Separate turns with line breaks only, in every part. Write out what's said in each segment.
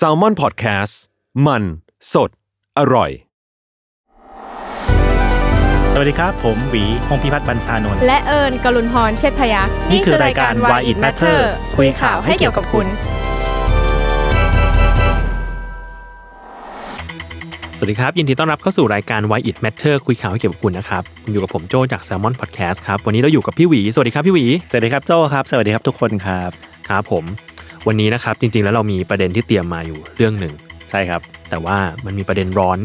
s a l ม o n PODCAST มันสดอร่อย
สวัสดีครับ ผมหวีพงพิพัฒน์บรรชานนท์
และเอิญกลุนพรเชษพยักษ์
นี่คือรายการ Why It Matter
คุยข่าวให้เกี่ยวกับคุณ
สวัสดีครับ ยินดีต้อนรับเข้าสู่รายการ Why It Matter คุยข่าวให้เกี่ยวกับคุณนะครับคุณอยู่กับผมโจจาก Salmon Podcast ครับ วันนี้เราอยู่กับพี่หวี สวัสดีครับพี่หวี
สวัสดีครับโจครับ สวัสดีครับทุกคนครับ
ครับผม วันนี้นะครับ จริงๆ แล้วเรามีประเด็นที่เตรียมมาอยู่เรื่องหนึ่ง
ใช่ครับ
แต่ว่ามันมีประเด็นร้อน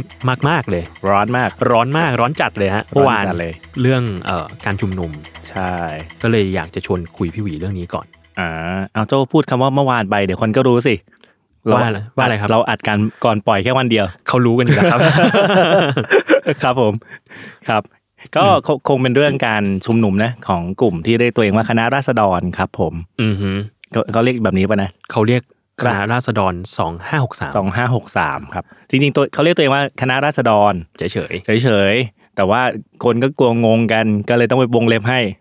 มากๆเลย
ร้อนมาก
ร้อนมาก ร้อนจัดเลยฮะ
ร้
เมื่อ
อน
วาน
จัดเลย
เรื่องเอ่อการชุมนุม
ใช่
ก็เลยอยากจะชวนคุยพี่หวีเรื่องนี้ก่อน
อ่าเอาโจพูดคำว่าเมื่อวานไปเดี๋ยวคนก็รู้สิ
ว่าอะไรว่าอะไรครับ
เราอัดกันก่อนปล่อยแค่วันเดียว
เขารู้กันอยู่แล้วครับ
ครับผมครับ ก็คงคงเป็นเรื่องการชุมนุมนะของกลุ่มที่เรียกตัวเองว่าคณะราษฎรครับ ผม
อือหือ
เขาเขาเรียกแบบนี้ป่ะนะ
เขาเรียกคณะราษฎร2563
สองห้าหกสามครับจริงๆตัวเขาเรียกตัวเองว่าคณะราษฎร
เฉย
เฉยๆแต่ว่าคนก็กลัวงงกันก็เลยต้องไปวงเล็บให้
ๆ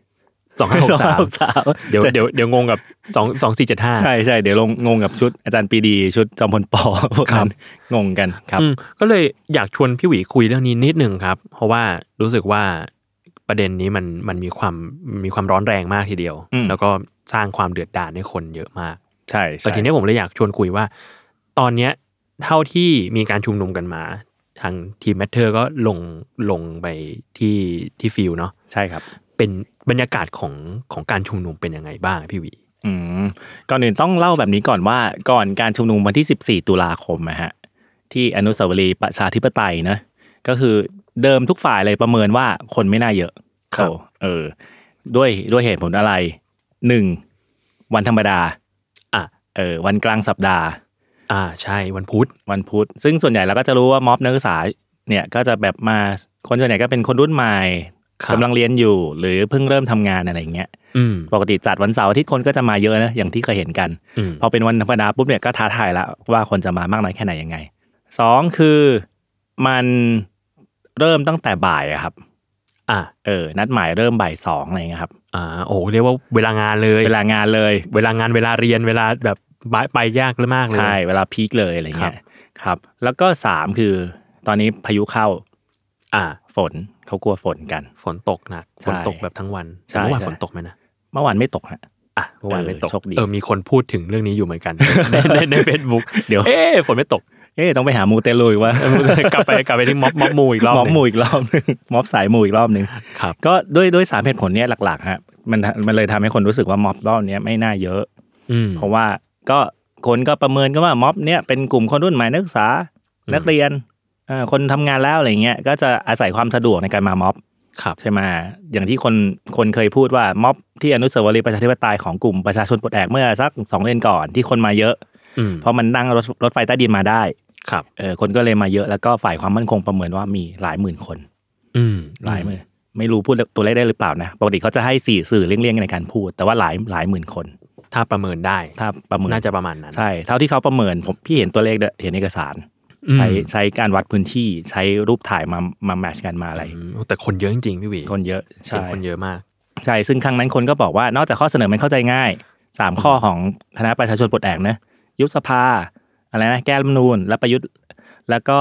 2563
2563
เดี๋ยวเดี๋ยวเดี๋ยวงงกับสองสองสี่เจ็ดห้า
ใช่ใช่เดี๋ยวลงงงกับชุดอาจารย์ปรีดี ชุดจอมพลปอ พวก
ครั
นั้
บ
นงงกันครับ
ก็เลยอยากชวนพี่หวีคุยเรื่องนี้นิดหนึ่งครับ เพราะว่ารู้สึกว่าประเด็นนี้มันมันมีความมีความร้อนแรงมากทีเดียว
อืม
แล้วก็สร้างความเดือดดาลให้คนเยอะมาก
ใช่
แต่
ใช่
ทีเนี้ยผมเลยอยากชวนคุยว่า ตอนเนี้ยเท่าที่มีการชุมนุมกันมา ทางทีมแมทเทอร์ก็ลงลงไปที่ที่ฟิลเนาะ
ใช่ครับ
เป็นบรรยากาศของของการชุมนุมเป็นยังไงบ้างพี่หวี
อืมก่อนอื่นต้องเล่าแบบนี้ก่อนว่าก่อนการชุมนุมวันที่ 14 ตุลาคมนะฮะที่อนุสาวรีย์ประชาธิปไตยนะก็คือเดิมทุกฝ่ายเลยประเมินว่าคนไม่น่าเยอะ
ครับ
โอ้เออ ด้วยด้วยเหตุผลอะไรหนึ่งวันธรรมดา
อ่ะ
เออวันกลางสัปดาห์
อ่าใช่วันพุธ
วันพุธซึ่งส่วนใหญ่เราก็จะรู้ว่าม็อบนักศึกษาเนี่ยก็จะแบบมาคนส่วนใหญ่ก็เป็นคนรุ่นใหม่
ครับ
กำลังเรียนอยู่ หรือเพิ่งเริ่มทำงานอะไรอย่างเงี้ย
อืม
ปกติจัดวันเสาร์อาทิตย์คนก็จะมาเยอะนะอย่างที่เคยเห็นกัน
อืม
พอเป็นวันธรรมดาปุ๊บเนี่ยก็ท้าทายละว่าคนจะมามากน้อยแค่ไหนยังไงสองคือมันเริ่มตั้งแต่บ่ายอะครับ
อ่ะ
เออนัดหมายเริ่มบ่ายสองอะไรอย่างเงี้ยครับ
อ่าโอ้โหเรียกว่าเวลางานเลย
เวลางานเลย
เวลางานเวลาเรียนเวลาแบบไปไปยากเลยมากเลย
ใช่เวลาพีคเลยอะไรเงี้ยครับ แล้วก็สามคือตอนนี้พายุเข้า
อ่า
ฝนเขากลัวฝนกัน
ฝนตกหนัก
ใช่
ฝนตกแบบทั้งวัน
ใช่
แต่เมื่อวาน
ใช่
ฝนตกไหมนะ
เมื่อวานไม่ตกฮะ
อ่ะเมื่อวานไม่ตก
เออโชคดี
เออมีคนพูดถึงเรื่องนี้อยู่เห มือนกัน ในในในเฟซบุ๊ก
เดี๋ยว
เอ๊ะฝนไม่ตก
เอ๊ะต้องไปหามูเตลุยว่า
กลับไปกลับไปที่ม็อบม็อบมูอีกรอบ
ม็อบ
หนึ่ง
มูอีกรอบหนึงม็อบสายมูอีกรอบหนึง
ครับ
ก็ด้วยด้วยสามเหตุผลเนี้ยหลักๆฮะมันมันเลยทำให้คนรู้สึกว่าม็อบรอบเนี้ยไม่น่าเยอะ
อืม
เพราะว่าก็คนก็ประเมินกันว่าม็อบเนี้ยเป็นกลุ่มคนรุ่นใหม่นักศึกษา
อืม
นักเรียนเอ่อคนทำงานแล้วอะไรเงี้ยก็จะอาศัยความสะดวกในการมาม็อบ
ครับ
ใช่ไหมอย่างที่คนคนเคยพูดว่าม็อบที่อนุสาวรีย์ประชาธิปไตยของกลุ่มประชาชนปลดแอกเมื่อสักสองเดือนก่อนที่คนมาเยอะ
อืม
เพราะมันนั่งรถรถไฟใต้ดินมาได้
ครับ
เออคนก็เลยมาเยอะแล้วก็ฝ่ายความมั่นคงประเมินว่ามีหลายหมื่นคน
อืม
หลายหมื่นไม่รู้พูดตัวเลขได้หรือเปล่านะปกติเขาจะให้สี่สื่อเลี่ยงๆในการพูด แต่ว่าหลายหลายหมื่นคน
ถ้าประเมินได้
ถ้าประเมิน
น่าจะประมาณนั้น
ใช่เท่าที่เขาประเมินผมพี่เห็นตัวเลขด้วยเห็นเอกสาร ใช้ใช้การวัดพื้นที่ใช้รูปถ่ายมามาแมชกันมาอะไร
อืมแต่คนเยอะจริงๆพี่หวี
คนเยอะใช่
เห็นคนเยอะมาก
ใช่ซึ่งครั้งนั้นคนก็บอกว่านอกจากข้อเสนอมันเข้าใจง่ายสามข้อของคณะประชาชนปลดแอกนะยุบสภาอะไรนะแก้รัฐธรรมนูญและประยุทธ์แล้วก็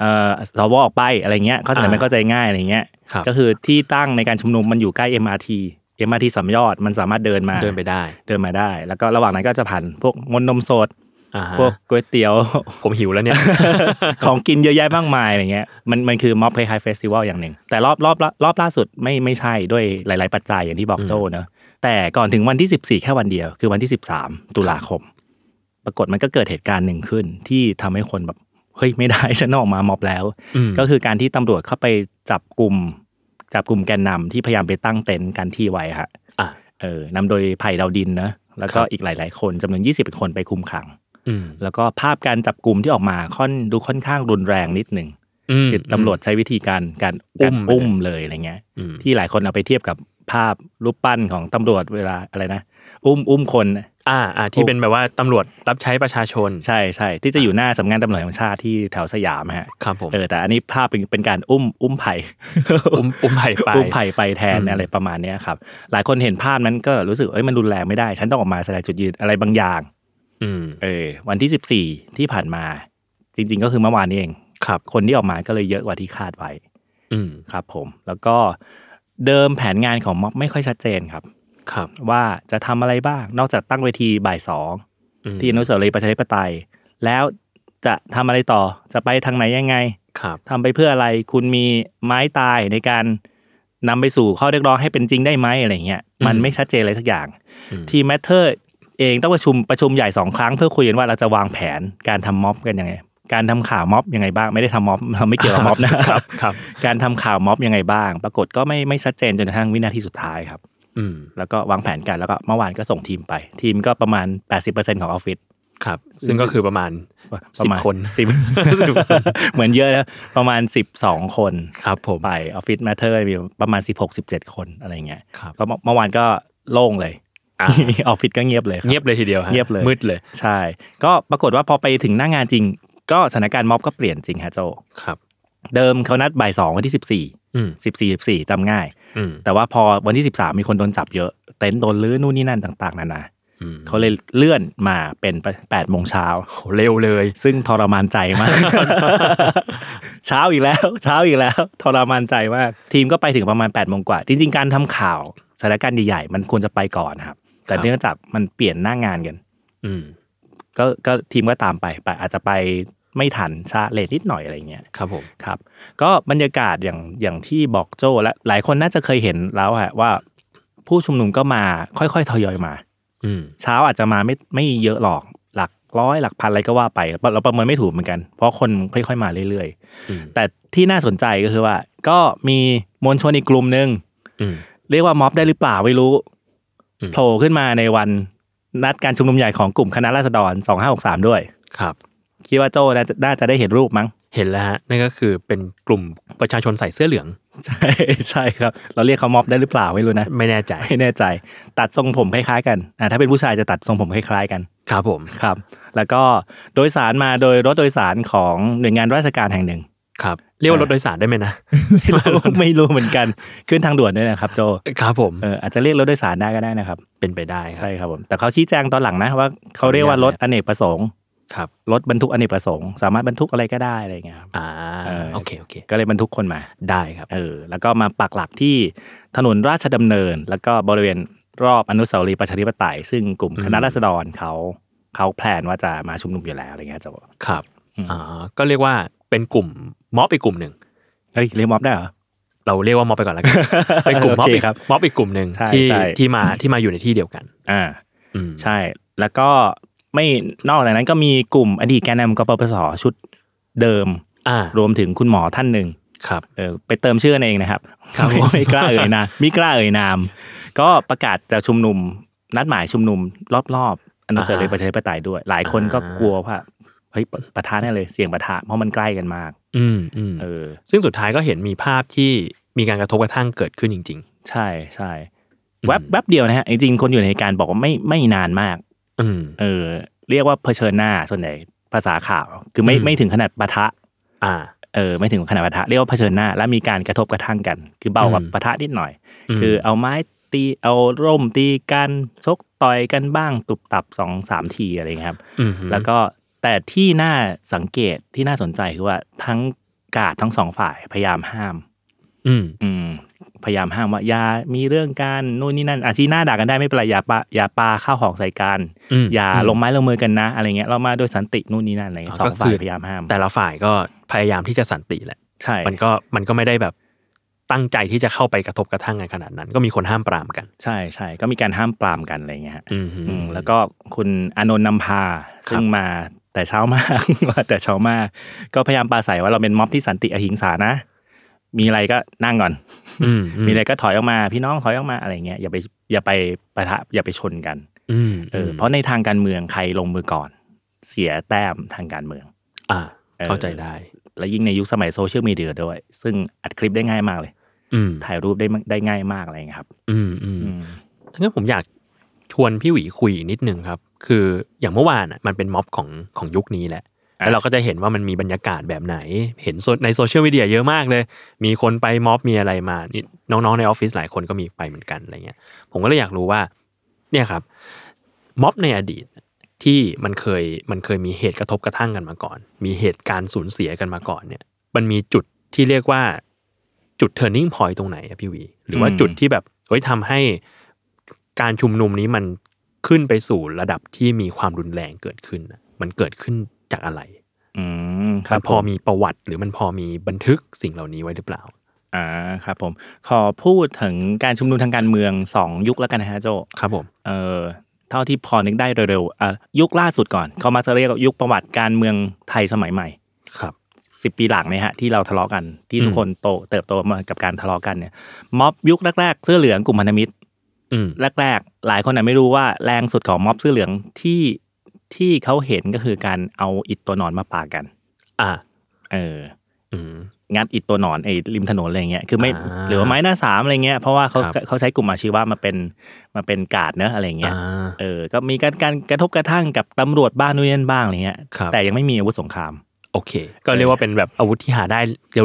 เอ่อสวออกไปอะไรเงี้ยข้อเสนอมันเข้าใจง่ายอะไรเงี้ย
ครับ
ก็คือที่ตั้งในการชุมนุมมันอยู่ใกล้ MRT MRT สามยอดมันสามารถเดินมา
เดินไปได้
เดินมาได้ แล้วก็ระหว่างนั้นก็จะผ่านพวกมนต์นมสด
อ่าฮะ
พวกก๋วยเตี๋ยว
ผมหิวแล้วเนี่ย
ของกินเยอะแยะมากมายอะไรเงี้ยมันมันคือม็อบเพย์ไฮเฟสติวัลอย่างหนึ่ง แต่รอบรอบรอบล่าสุดไม่ไม่ใช่ด้วยหลาย ๆ ปัจจัยอย่างที่บอกโจ้เนอะแต่ก่อนถึงวันที่ 14 แค่วันเดียว คือวันที่ 13 ตุลาคม ปรากฏมันก็เกิดเหตุการณ์หนึ่งขึ้น ที่ทำให้คนแบบเฮ้ยไม่ได้ ฉันออกมาม็อบแล้ว
อืม
ก็คือการที่ตำรวจเข้าไปจับกลุ่มจับกลุ่มแกนนำที่พยายามไปตั้งเต็นท์กันที่ไว้ฮะ
อ่ะ
เออนำโดยไผ่ดาวดินนะแล้วก็อีกหลาย ๆ คนจำนวน 20 คนไปคุมขัง
อืม
แล้วก็ภาพการจับกลุ่มที่ออกมาค่อนดูค่อนข้างรุนแรงนิดหนึ่ง
อืม
คือตำรวจใช้วิธีการการ
อุ้
การ
ม
อุ้มเลยอะไรเงี้ย
อืม
ที่หลายคนเอาไปเทียบกับภาพรูปปั้นของตำรวจเวลาอะไรนะ อุ้มอุ้มคนน่ะ
อ่าอ่าที่เป็นแบบว่าตำรวจรับใช้ประชาชน
ใช่ใช่ที่จะอยู่หน้าสำนักงานตำรวจแห่งชาติที่แถวสยามฮะ
ครับผม
เออแต่อันนี้ภาพเป็นเป็นการอุ้มอุ้มไผ่
อุ้มอุ้มไผ่ไป
อุ้มไผ่ไปแทน
อืม
อะไรประมาณเนี้ยครับ หลายคนเห็นภาพนั้นก็รู้สึกเอ้ยมันรุนแรงไม่ได้ ฉันต้องออกมาแสดงจุดยืนอะไรบางอย่าง
อืม
เออวันที่ 14 ที่ผ่านมา จริง ๆ ก็คือเมื่อวานนี้เอง
ครับ
คนที่ออกมาก็เลยเยอะกว่าที่คาดไว้
อืม
ครับผม แล้วก็เดิมแผนงานของม็อบไม่ค่อยชัดเจนครับ
ครับ
ว่าจะทำอะไรบ้าง นอกจากตั้งเวทีบ่ายสอง
อืม
ที่อนุสาวรีย์ประชาธิปไตย แล้วจะทำอะไรต่อจะไปทางไหนยังไง
ครับ
ทำไปเพื่ออะไรคุณมีไม้ตายในการนำไปสู่ข้อเรียกร้องให้เป็นจริงได้ไหมอะไรเงี้ยมันไม่ชัดเจนอะไรสักอย่าง ทีแมทเทอร์เองต้องประชุมประชุมใหญ่สองครั้งเพื่อคุยกันว่าเราจะวางแผนการทำม็อบกันยังไง การทำข่าวม็อบยังไงบ้าง ไม่ได้ทำม็อบเราไม่เกี่ยวกับม็อบนะ
ครับครับ
การทำข่าวม็อบยังไงบ้าง ปรากฏก็ไม่ไม่ชัดเจนจนกระทั่งวินาทีสุดท้ายครับ
อืม
แล้วก็วางแผนกันแล้วก็เมื่อวานก็ส่งทีมไป ทีมก็ประมาณ 80%ของออฟฟิศ
ครับ ซึ่งก็คือประมาณ
ป
สิ
ระ
บ
มาณ
คน
10 เหมือนเยอะนะประมาณ 12 คน
ครับผม
ไปออฟฟิศมาเธอร์มีประมาณ 16-17 คนอะไรเงี้ย
ครับ
ก็เมื่อวานก็โล่งเลยอ
อ่ะ
อฟฟิศก็เงียบเลยครับ
เงียบเลยทีเดียวฮะ
เงียบเลย
มืดเลย
ใช่ ก็ปรากฏว่าพอไปถึงหน้างานจริง ก็สถานการณ์ม็อบก็เปลี่ยนจริงฮะโจ
ครับ
เดิมเขานัดบ่ายสองวันที่สิบสี่
อืม
สิบสี่สิบสี่จำง่าย
อืม
แต่ว่าพอวันที่สิบสามมีคนโดนจับเยอะ เต็นท์โดนลื้อนู่นนี่นั่นต่าง ๆ นานา
อืม
เขาเลยเลื่อนมาเป็นแปดโมงเช้า
โหเร็วเลย
ซึ่งทรมานใจมาก เช้าอีกแล้ว เช้าอีกแล้วทรมานใจมากทีมก็ไปถึงประมาณ8ปดโมงกว่า จริง ๆ การทำข่าวสถานการณ์ใหญ่ๆมันควรจะไปก่อนนะครับ แต่เนื่องจากมันเปลี่ยนหน้างานกัน
อืม
ก็ก็ทีมก็ตามไปไปอาจจะไปไม่ทันช้าเลทนิดหน่อยอะไรเงี้ย
ครับผม
ครับ ก็บรรยากาศอย่างอย่างที่บอกโจและหลายคนน่าจะเคยเห็นแล้วฮะว่า ผู้ชุมนุมก็มาค่อยๆทยอยมา
อืม
เช้าอาจจะมาไม่ไม่เยอะหรอกหลักร้อยหลักพันอะไรก็ว่าไปเราประเมินไม่ถูกเหมือนกัน เพราะคนค่อยๆมาเรื่อย
อืม
ๆ แต่ที่น่าสนใจก็คือว่า ก็มีมวลชนอีกกลุ่มหนึ่ง
อืม
เรียกว่าม็อบได้หรือเปล่าไม่รู้
อืม
โผล่ขึ้นมาในวันนัดการชุมนุมใหญ่ของกลุ่มคณะราษฎร2563ด้วย
ครับ
คิดว่าโจ้น่าจะน่าจะได้เห็นรูปมั้ง
เห็นแล้วฮะนั่นก็คือเป็นกลุ่มประชาชนใส่เสื้อเหลือง
ใช่ ใช่ครับ เราเรียกเขาม็อบได้หรือเปล่าไม่รู้นะ
ไม่แน่ใจ
ไม่แน่ใจ ตัดทรงผมคล้ายๆกันอ่าถ้าเป็นผู้ชายจะตัดทรงผมคล้ายๆกัน
ครับผม
ครับ แล้วก็โดยสารมาโดยรถโดยสารของหน่วยงานราชการแห่งหนึ่ง
ครับ เรียกว่ารถโดยสารได้ไหมนะ
ไม่รู้ไม่รู้เหมือนกันขึ้นทางด่วนด้วยนะครับ โจ
ครับผม
เอออาจจะเรียกรถโดยสารได้ก็ได้นะครับ
เป็นไปได้ครับ
ใช่ครับผมแต่เขาชี้แจงตอนหลังนะว่าเขาเรียกว่ารถอเนกประสงค์
ครับ
รถบรรทุกอเนกประสงค์สามารถบรรทุกอะไรก็ได้อะไรอย่างเงี้ยครับ
อ่า
เออ
โอเคโอเค
ก็เลยบรรทุกคนมา
ได้ครับ
เออแล้วก็มาปักหลักที่ถนนราชดำเนิน แล้วก็บริเวณรอบอนุสาวรีย์ประชาธิปไตย ซึ่งกลุ่มคณะราษฎรเขาเขาแพลนว่าจะมาชุมนุมอยู่แล้วอะไรเงี้ยจะบอก
ครับ
อืม
อ่าก็เรียกว่าเป็นกลุ่มม็อบอีกกลุ่มหนึ่ง
เฮ้ยเรียกม็อบได้เหรอ
เราเรียกว่าม็อบไปก่อน แล้วกัน เป็นกลุ่มม็อบ
โอเค
อีก
ครับ
ม็อบอีกกลุ่มหนึ่ง
ใช่
ที่
ใช่
ที่มาที่มาอยู่ในที่เดียวกัน
อ่า
อืม
ใช่แล้วก็ไม่นอกจากนั้นก็มีกลุ่มอดีตแกนนำกปปสชุดเดิม
อ่าร
วมถึงคุณหมอท่านหนึ่ง
ครับ
เออไปเติมชื่อกันเองนะครับ
ครับผม
ไม่กล้าเอ่ ยนามไม่กล้าเอ่ยนาม ก็ประกาศจะชุมนุมนัดหมายชุมนุมรอบๆอนุสาวรีย์ประชาธิปไตยด้วย หลายคนก็กลัวว่าเฮ้ยปะปะทะแน่เลยเสียงปะทะเพราะมันใกล้กันมาก
อืมอืม
เออ
ซึ่งสุดท้ายก็เห็นมีภาพที่มีการกระทบกระทั่งเกิดขึ้นจริง
ใช่ใช่
อืม
แวบแวบเดียวนะฮะจริงๆคนอยู่ในเหตุการณ์บอกว่าไม่ไม่นานมาก
ๆ อืม
เออ เรียกว่าเผชิญหน้าส่วนใหญ่ภาษาข่าว คือไม่
อืม
ไม่ถึงขนาดปะทะ
อ่า
เออไม่ถึงขนาดปะทะเรียกว่าเผชิญหน้า และมีการกระทบกระทั่งกัน คือเบากว่า
อืม
ปะทะนิดหน่อย
อืม
คือเอาไม้ตีเอาร่มตีกันชกต่อยกันบ้างตุบตับสองสามทีอะไรอย่างเงี้ยครับ
อืม
แล้วก็แต่ที่น่าสังเกตที่น่าสนใจคือว่าทั้งกาดทั้งสองฝ่ายพยายามห้าม
อืม
อืมพยายามห้ามว่าอย่ามีเรื่องกันนู่นนี่นั่นอาชีหน้าด่ากันได้ไม่เป็นไรอย่าปาอย่าปาข้าวของใส่กัน
อืม
อย่าม ลงไม้ลงมือกันนะอะไรเงี้ยเรามาโดยสันตินู่นนี่นั่นอะไรเงี้ย
อ๋
ส
อ
อ
ก็
ง
คื
ฝ่าย
อ
พยายามห้าม
แต่ละฝ่ายก็พยายามที่จะสันติแหละ
ใช่
มันก็มันก็ไม่ได้แบบตั้งใจที่จะเข้าไปกระทบกระทั่งกันขนาดนั้น ก็มีคนห้ามปรามกัน
ใช่ใช่ก็มีการห้ามปรามกันอะไรเงี้ยฮะ
อืม
อืมแล้วก็คุณอานนท์นำพา
ครับ
ซึ่งมาแต่เช้ามาก มาแต่เช้ามากก็พยายามปราศัยว่าเราเป็นม็อบที่สันติอหิงสานะ มีอะไรก็นั่งก่อน
อืม
มีอะไรก็ถอยออกมาพี่น้องถอยออกมาอะไรเงี้ยอย่าไปอย่าไปปะทะอย่าไปชนกัน
อืม
เออเพราะในทางการเมืองใครลงมือก่อน เสียแต้มทางการเมือง
อ่า
เออ
เข้าใจได้
และยิ่งในยุคสมัยโซเชียลมีเดียด้วย ซึ่งอัดคลิปได้ง่ายมากเลย
อืม
ถ่ายรูปได้ได้ง่ายมากอะไรเงี้ยครับ
อืมอืม
อืม
ทั้งนั้นผมอยากชวนพี่หวีคุยอีกนิดนึงครับ คืออย่างเมื่อวานอะมันเป็นม็อบของของยุคนี้แหละ แล้วเราก็จะเห็นว่ามันมีบรรยากาศแบบไหน เห็นโซในโซเชียลมีเดียเยอะมากเลย มีคนไปม็อบมีอะไรมานี่น้องๆในออฟฟิศหลายคนก็มีไปเหมือนกันอะไรเงี้ย ผมก็เลยอยากรู้ว่า เนี่ยครับม็อบในอดีต ที่มันเคยมันเคยมีเหตุกระทบกระทั่งกันมาก่อน มีเหตุการณ์สูญเสียกันมาก่อนเนี่ย มันมีจุดที่เรียกว่าจุด turning point ตรงไหนอะพี่วี หรือว่า
อืม
จุดที่แบบเฮ้ยทำให้การชุมนุมนี้มันขึ้นไปสู่ระดับที่มีความรุนแรงเกิดขึ้นอะมันเกิดขึ้นจากอะไร
อืมครับ
มันพอมีประวัติ หรือมันพอมีบันทึกสิ่งเหล่านี้ไว้หรือเปล่า
อ่าครับผม ขอพูดถึงการชุมนุมทางการเมืองสองยุคแล้วกันนะฮะโจ
ครับผม
เออเท่าที่พอนึกได้เร็วๆอ่ะยุคล่าสุดก่อน เขามาจะเรียกว่ายุคประวัติการเมืองไทยสมัยใหม่
ครับ
10 ปีหลังเนี่ยฮะที่เราทะเลาะกันที่ทุก
อืม
คนโตเติบโตมากับการทะเลาะกันเนี่ยม็อบยุคแรกๆเสื้อเหลืองกลุ่มพันธมิตร
อืม
แรกๆ หลายคนอาจไม่รู้ว่าแรงสุดของม็อบเสื้อเหลืองที่ที่เขาเห็นก็คือการเอาอิฐตัวหนอนมาปากัน
อ่า
เออ
อืม
งัดอิฐตัวหนอนไอ้ริมถนนอะไรเงี้ยคือไม่
อ่า
หรือว่าไม้หน้าสามอะไรเงี้ยเพราะว่าเขา
ครับ
เขาใช้กลุ่มอาชีวะมาเป็นมาเป็นการ์ดเนอะอะไรเงี้ย
อ่า
เออ ก็มีการการกระทบกระทั่งกับตำรวจบ้างนู่นนี่นั่นบ้างอะไรเงี้ย
ครับ
แต่ยังไม่มีอาวุธสงคราม
โอเค ก็เรียกว่าเป็นแบบอาวุธที่หาได้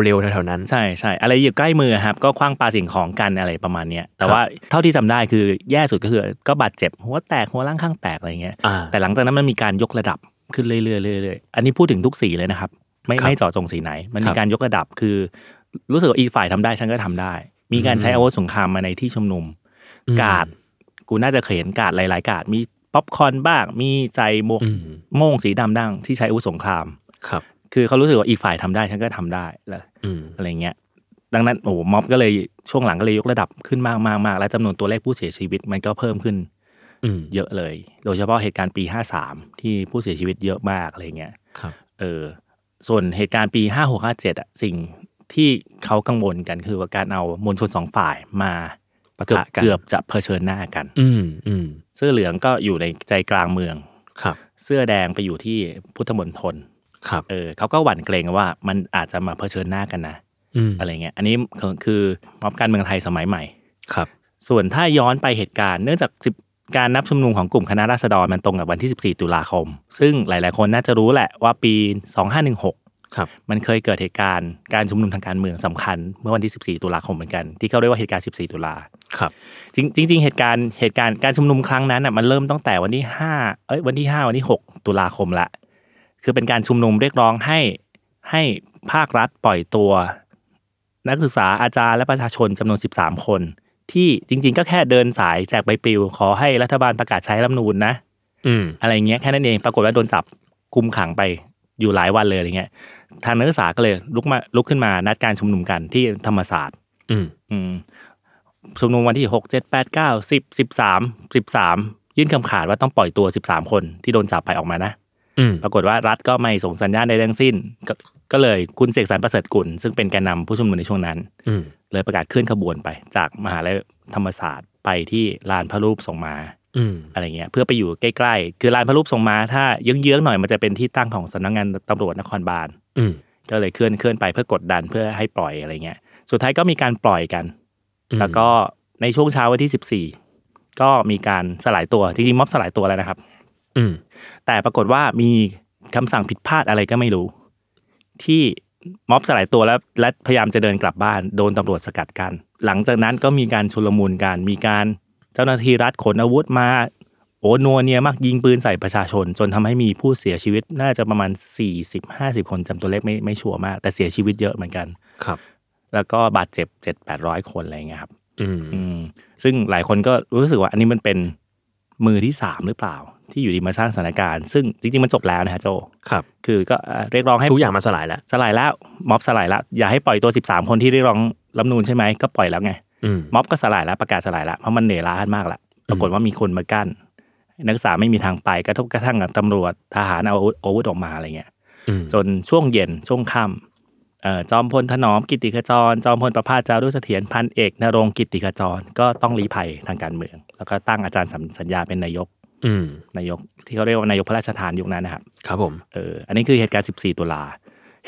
เร็วๆแถวๆนั้น
ใช่ใช่ อะไรอยู่ใกล้มือครับ ก็คว้างปาสิ่งของกันอะไรประมาณเนี้ย แต่
ครับ
ว่าเท่าที่จำได้คือแย่สุดก็คือ ก็บาดเจ็บหัวแตกหัวล่างข้างแตกอะไรเงี้ย
อ่า
แต่หลังจากนั้นมันมีการยกระดับขึ้นเรื่อยๆเรื่อยๆอันนี้พูดถึงทุกสีเลยนะครับ ไม่
ครับ
ไม่เจาะจงสีไหน มัน
ค
มี
รับ
การยกระดับคือ รู้สึกว่าอีกฝ่ายทำได้ฉันก็ทำได้ มีการใช้
อืม
อาวุธสงครามมาในที่ชุมนุม
อืม
การ์ดกูน่าจะเคยเห็นการ์ดหลาย ๆ การ์ดมีป๊อปคอร์นบ้าง มีใจหมวก
อืม
โม่งสีดำดังที่ใช้อาวุธสงคราม
ครับ
คือเขารู้สึกว่าอีกฝ่ายทำได้ฉันก็ทำได้แล้ว
อืม
อะไรเงี้ย ดังนั้นโอ้โหม็อบก็เลยช่วงหลังก็เลยยกระดับขึ้นมากมากมากและจำนวนตัวเลขผู้เสียชีวิตมันก็เพิ่มขึ้น
อืม
เยอะเลย โดยเฉพาะเหตุการณ์ปี 53 ที่ผู้เสียชีวิตเยอะมากอะไรเงี้ย
ครับ
เออ ส่วนเหตุการณ์ปี 56 57อ่ะสิ่งที่เขากังวลกันคือว่าการเอามวลชนสองฝ่ายมา
ปะ
เกือ
ทะ
บ
กัน
เกือบจะเผชิญหน้ากัน
อืมอืม
เสื้อเหลืองก็อยู่ในใจกลางเมือง
ครับ
เสื้อแดงไปอยู่ที่พุทธมณฑล
ครับ
เออเขาก็หวั่นเกรงว่ามันอาจจะมาเผชิญหน้ากันนะ
อืม
อะไรเงี้ยอันนี้คือคือม็อบการเมืองไทยสมัยใหม่
ครับ
ส่วนถ้าย้อนไปเหตุการณ์เนื่องจาก10การนับชุมนุมของกลุ่มคณะราษฎรมันตรงกับวันที่ 14 ตุลาคม ซึ่งหลาย ๆ คนน่าจะรู้แหละว่าปี 2516
ครับ
มันเคยเกิดเหตุการณ์การชุมนุมทางการเมืองสำคัญ เมื่อวันที่ 14 ตุลาคมเหมือนกัน ที่เขาเรียกว่าเหตุการณ์ 14 ตุลา
ครับ
จริงจริง ๆ เหตุการณ์เหตุการณ์การชุมนุมครั้งนั้นน่ะมันเริ่มตั้งแต่วันที่ห้าเอ้ยวันที่ห้าวันที่หกตุลาคมละ คือเป็นการชุมนุมเรียกร้องให้ให้ภาครัฐปล่อยตัว นักศึกษาอาจารย์และประชาชนจำนวน 13 คน ที่จริง ๆ ก็แค่เดินสายแจกใบปลิว ขอให้รัฐบาลประกาศใช้รัฐธรรมนูญนะ
อืม
อะไรเงี้ยแค่นั้นเองปรากฏว่าโดนจับคุมขังไปอยู่หลายวันเลยอะไรเงี้ยทางนักศึกษาก็เลยลุกมาลุกขึ้นมานัดการชุมนุมกันที่ธรรมศาสตร์
อืม
อืมชุมนุมวันที่หกเจ็ดแปดเก้าสิบสิบสามสิบสามยื่นคำขาดว่าต้องปล่อยตัวสิบสามคนที่โดนจับไปออกมานะ
อืม
ปรากฏว่ารัฐก็ไม่ส่งสัญญาณใดทั้งสิ้นกก็เลยคุณเสกสรรประเสริฐกุลซึ่งเป็นแกนนำผู้ชุมนุมในช่วงนั้น
อืม
เลยประกาศเคลื่อนขบวนไป จากมหาลัยธรรมศาสตร์ไปที่ลานพระรูปทรงมา
อืม
อะไรเงี้ยเพื่อไปอยู่ใกล้ๆ คือลานพระรูปทรงม้าถ้าเยื้องๆหน่อยมันจะเป็นที่ตั้งของสำนักงานตำรวจนครบาล
อืม
ก็เลยเคลื่อนเคลื่อนไปเพื่อกดดันเพื่อให้ปล่อยอะไรเงี้ยสุดท้ายก็มีการปล่อยกัน แล้วก็ในช่วงเช้าวันที่ 14 ก็มีการสลายตัวจริงๆม็อบสลายตัวแล้วนะครับ
อืม
แต่ปรากฏว่ามีคำสั่งผิดพลาดอะไรก็ไม่รู้ ที่ม็อบสลายตัวแล้วและพยายามจะเดินกลับบ้านโดนตำรวจสกัดกัน หลังจากนั้นก็มีการชุลมุนกันมีการเจ้าหน้าที่รัฐขนอาวุธมาโอ้นัวเนียมากยิงปืนใส่ประชาชน จนทำให้มีผู้เสียชีวิตน่าจะประมาณ 40-50 คนจำตัวเลขไม่ไม่ชัวร์มาก แต่เสียชีวิตเยอะเหมือนกัน
ครับ
แล้วก็บาดเจ็บ 7-800 คนอะไรอย่างเงี้ยครับ
อืม
อืมซึ่งหลายคนก็รู้สึกว่าอันนี้มันเป็นมือที่สามหรือเปล่า ที่อยู่ดีมาสร้างสถานการณ์ซึ่งจริงๆมันจบแล้วนะฮะโจ
ครับ
คือก็เอ่อเรียกร้องให้
ทุกอย่างมาสลายแล้ว
สลายแล้วม็อบสลายแล้วอย่าให้ปล่อยตัว 13 คนที่เรียกร้องรัฐธรรมนูนใช่ไหมก็ปล่อยแล้วไง
อืม
ม็อบก็สลายแล้วประกาศสลายแล้วเพราะมันเหนื่อยล้ากันมากละปรากฏว่ามีคนมากั้น นักศึกษาไม่มีทางไปกระทบกระทั่งกับตำรวจทหารเอาอาวุธออกมาอะไรเงี้ย
อืม
จนช่วงเย็นช่วงค่ำเอ่อจอมพลถนอมกิติขจร จอมพลประภาสจารุเสถียรพันเอกนรงค์กิติขจร ก็ต้องรีภัยทางการเมือง แล้วก็ตั้งอาจารย์สัญสัญญาเป็นนายก
อืม
นายก ที่เขาเรียกว่านายกพระราชทานยุคนั้นนะครับ
ครับผม
เอออันนี้คือเหตุการณ์ 14 ตุลา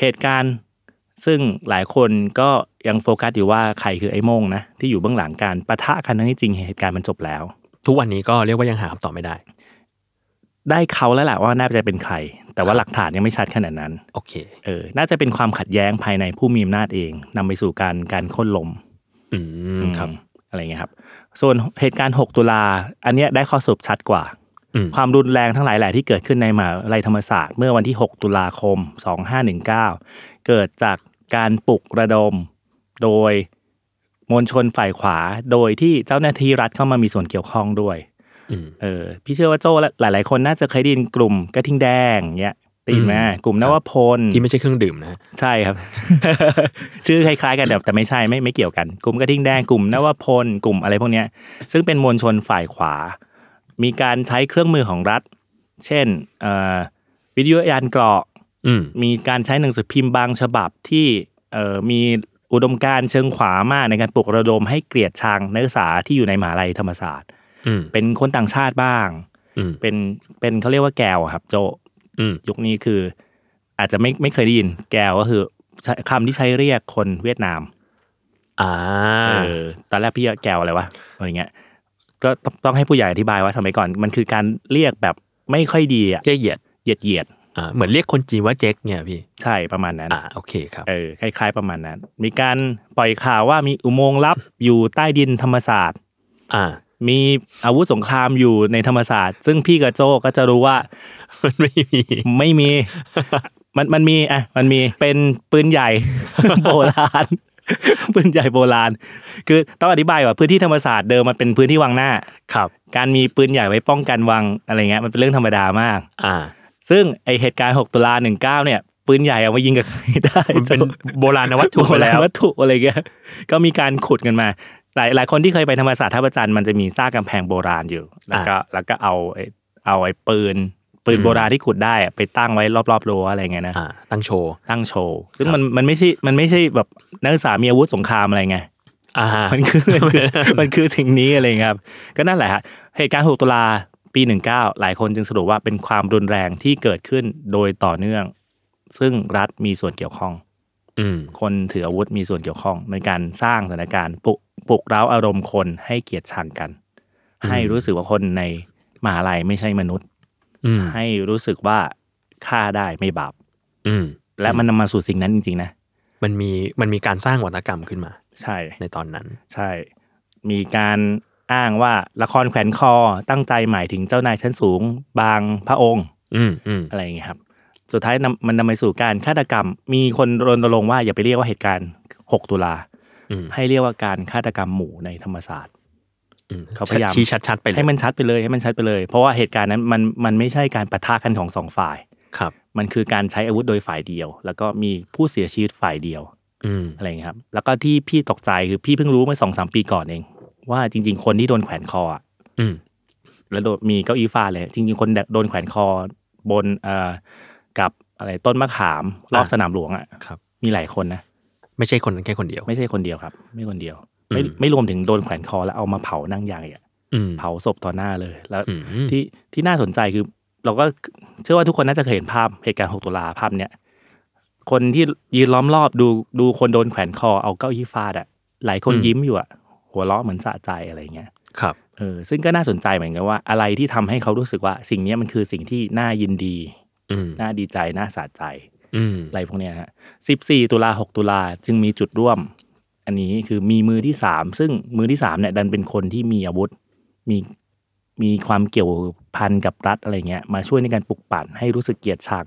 เหตุการณ์ซึ่งหลายคนก็ยังโฟกัสอยู่ว่าใครคือไอ้โมงนะที่อยู่เบื้องหลังการปะทะกันนั้นที่จริงเหตุการณ์มันจบแล้ว
ทุกวันนี้ก็เรียกว่ายังหาคำตอบไม่ได้
ได้เขาแล้วแหละว่าน่าจะเป็นใคร แต่ว่าหลักฐานยังไม่ชัดขนาดนั้น
โอเค
เออ น่าจะเป็นความขัดแย้งภายในผู้มีอำนาจเองนำไปสู่การการโค้นลม
อืมครับ
อืมอะไรเงี้ยครับ ส่วนเหตุการณ์ 6 ตุลา อันเนี้ยได้ข้อสรุปชัดกว่า
อืม
ความรุนแรงทั้งหลายแหละที่เกิดขึ้นในมหาวิทยาลัยธรรมศาสตร์เมื่อวันที่ 6 ตุลาคม 2519 เกิดจากการปลุกระดม โดยมวลชนฝ่ายขวา โดยที่เจ้าหน้าที่รัฐเข้ามามีส่วนเกี่ยวข้องด้วย
อืม
เออพี่เชื่อว่าโจ้และหลาย ๆ คนน่าจะเคยได้ยินกลุ่มกระทิงแดงเงี้ยได้ยินไหม
อืม
กลุ่มนวพล
ที่ไม่ใช่เครื่องดื่มนะฮะ
ใช่ครับ ชื่อคล้าย ๆ กันแต่แต่ไม่ใช่ไม่ไม่เกี่ยวกัน กลุ่มกระทิงแดงกลุ่มนวพลกลุ่มอะไรพวกเนี้ย ซึ่งเป็นมวลชนฝ่ายขวา มีการใช้เครื่องมือของรัฐ เช่นเอ่อวิทยุยานเกราะ
อืม
มีการใช้หนังสือพิมพ์บางฉบับที่เอ่อมีอุดมการณ์เชิงขวามากในการปลุกระดมให้เกลียดชังนักศึกษาที่อยู่ในมหาลัยธรรมศาสตร์
อืม
เป็นคนต่างชาติบ้าง
อืม
เป็นเป็นเขาเรียกว่าแกวอะครับ โจ
อืม
ยุคนี้คืออาจจะไม่ไม่เคยได้ยิน แกวก็คือใช้คำที่ใช้เรียกคนเวียดนาม
อ่า
เออตอนแรกพี่ก็แกวอะไรวะอะไรเงี้ยก็ต้องต้องให้ผู้ใหญ่อธิบายว่าสมัยก่อนมันคือการเรียกแบบไม่ค่อยดีอะ
เรียกเหยียด
เหยียดเหยียด
อ่า เหมือนเรียกคนจีนว่าเจ๊กเนี่ยพี่
ๆใช่ประมาณนั้น
อ่า โอเคครับ
เออคล้าย ๆ ประมาณนั้น มีการปล่อยข่าวว่ามีอุโมงค์ลับอยู่ใต้ดินธรรมศาสตร์
อ่า
มีอาวุธสงครามอยู่ในธรรมศาสตร์ ซึ่งพี่กับโจก็จะรู้ว่า
มันไม่มี
ไม่มี มันมันมีอ่ะมันมีเป็นปืนใหญ่ โบราณ ปืนใหญ่โบราณ คือต้องอธิบายว่าพื้นที่ธรรมศาสตร์เดิมมันเป็นพื้นที่วังหน้า
ครับ
การมีปืนใหญ่ไว้ป้องกันวังอะไรเงี้ยมันเป็นเรื่องธรรมดามาก
อ่า
ซึ่งไอเหตุการณ์ 6 ตุลา19 เนี่ย ปืนใหญ่เอามายิงกับใค รได้
มันเป็นโบราณวัตถุ
ถูก
ไป
แล้ว
แล้ว
วัตถุอะไรเงี้ย ก็มีการขุดกันมา หลายหลายคนที่เคยไปธรรมศาสตร์ท่าประจันทร์มันจะมีซากกำแพงโบราณอยู่ แล้วก็แล้วก็เอาไอ้เอาไอ้ปืน ปืน
อืม
โบราณที่ขุดได้อะไปตั้งไว้รอบๆรั้วอะไรเงี้ยนะ
อ่า ตั้งโชว์
ตั้งโชว์ ซึ่ง
ครับ
มันมันไม่ใช่มันไม่ใช่แบบนักศึกษามีอาวุธสงครามอะไรไง
อ่า
มันคือ มันคือสิ่งนี้อะไรเงี้ยครับ ก็นั่นแหละฮะเหตุการณ์ 6 ตุลาปี 19 หลายคนจึงสรุปว่าเป็นความรุนแรงที่เกิดขึ้นโดยต่อเนื่อง ซึ่งรัฐมีส่วนเกี่ยวข้อง
อืม
คนถืออาวุธมีส่วนเกี่ยวข้อง ในการสร้างสถานการณ์ปลุกปลุกเร้าอารมณ์คนให้เกลียดชังกัน ให้รู้สึกว่าคนในมหาลัยไม่ใช่มนุษย์
อืม
ให้รู้สึกว่าฆ่าได้ไม่บาป
อืม
และมันนำมาสู่สิ่งนั้นจริงๆนะ
มันมี มันมีการสร้างวัตกรรมขึ้นมา
ใช่
ในตอนนั้น
ใช่ มีการอ้างว่าละครแขวนคอตั้งใจหมายถึงเจ้านายชั้นสูง บางพระองค์
อืม อืม
อะไรอย่างเงี้ยครับ สุดท้ายนำมันนำไปสู่การฆาตกรรม มีคนรณรงค์ว่าอย่าไปเรียกว่าเหตุการณ์ 6 ตุลา
อืม
ให้เรียกว่าการฆาตกรรมหมู่ในธรรมศาสตร์
อืม
เขาพยายาม
ชี้ชัดๆไปเลย
ให้มันชัดไปเลยให้มันชัดไปเลย เพราะว่าเหตุการณ์นั้นมันมันไม่ใช่การปะทะกันของสองฝ่าย
ครับ
มันคือการใช้อาวุธโดยฝ่ายเดียว แล้วก็มีผู้เสียชีวิตฝ่ายเดียว
อืม
อะไรอย่างเงี้ยครับ แล้วก็ที่พี่ตกใจคือพี่เพิ่งรู้เมื่อสองสามปีก่อนเอง ว่าจริง ๆ คนที่โดนแขวนคออะ
อืม
แล้วโดนมีเก้าอี้ฟาดเลย จริง ๆ คนโดนแขวนคอบนเอ่อกับอะไรต้นมะขามรอบ
อ่ะ
สนามหลวงอ่ะ
ครับ
มีหลายคนนะ
ไม่ใช่คนนั้นแค่คนเดียว
ไม่ใช่คนเดียวครับ ไม่คนเดียว ไม่
อืม
ไม่รวมถึงโดนแขวนคอแล้วเอามาเผานั่งยางอีกอ่ะ
อืม
เผาศพต่อหน้าเลยแล้ว
อืม
ที่ที่น่าสนใจคือ เราก็เชื่อว่าทุกคนน่าจะเคยเห็นภาพเหตุการณ์ 6 ตุลาภาพเนี้ยคนที่ยืนล้อมรอบดูดูคนโดนแขวนคอเอาเก้าอี้ฟาดอะหลายคน
อืม
ยิ้มอยู่อะหัวเราะเหมือนสะใจอะไรเงี้ย
ครับ
เออซึ่งก็น่าสนใจเหมือนกันว่า อะไรที่ทำให้เขารู้สึกว่า สิ่งเนี้ยมันคือสิ่งที่น่ายินดี
อืม
น่าดีใจน่าสะใจ
อืม
อะไรพวกเนี้ยฮะ14 ตุลา 6 ตุลาจึงมีจุดร่วม อันนี้คือมีมือที่สามซึ่งมือที่สามเนี่ยดันเป็นคนที่มีอาวุธ มีมีความเกี่ยวพันกับรัฐอะไรเงี้ยมาช่วยในการปลุกปั่นให้รู้สึกเกลียดชัง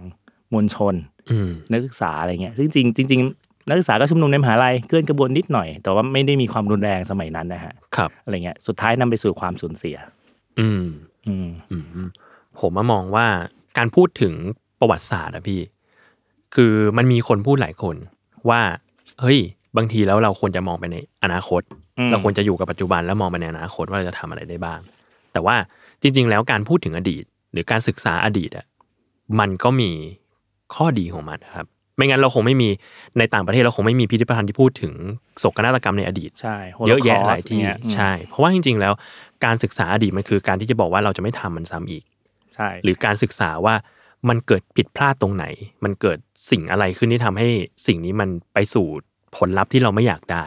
มวลชน
อืม
นักศึกษาอะไรเงี้ยซึ่งจริงจริงๆนักศึกษาก็ชุมนุมในมหาลัยเคลื่อนกระบวนนิดหน่อย แต่ว่าไม่ได้มีความรุนแรงสมัยนั้นนะฮะ
ครับ
อะไรเงี้ยสุดท้ายนำไปสู่ความสูญเสีย
อืม
อืม
อืมผมมามองว่าการพูดถึงประวัติศาสตร์อะพี่ คือมันมีคนพูดหลายคนว่าเฮ้ย บางทีแล้วเราควรจะมองไปในอนาคต
อืม
เราควรจะอยู่กับปัจจุบันแล้วมองไปในอนาคตว่าเราจะทำอะไรได้บ้าง แต่ว่าจริง ๆ แล้วการพูดถึงอดีต หรือการศึกษาอดีตอะมันก็มีข้อดีของมันนะครับ ไม่งั้นเราคงไม่มีในต่างประเทศเราคงไม่มีพิพิธภัณฑ์ที่พูดถึงโศกนาฏกรรมในอดีต
ใช่
เยอะ
Holocaust
แยะหลายที่
เงี้อืม
ใช่ เพราะว่าจริง ๆ แล้วการศึกษาอดีตมันคือการที่จะบอกว่าเราจะไม่ทำมันซ้ำอีก
ใช่
หรือการศึกษาว่ามันเกิดผิดพลาดตรงไหน มันเกิดสิ่งอะไรขึ้นที่ทำให้สิ่งนี้มันไปสู่ผลลัพธ์ที่เราไม่อยากได้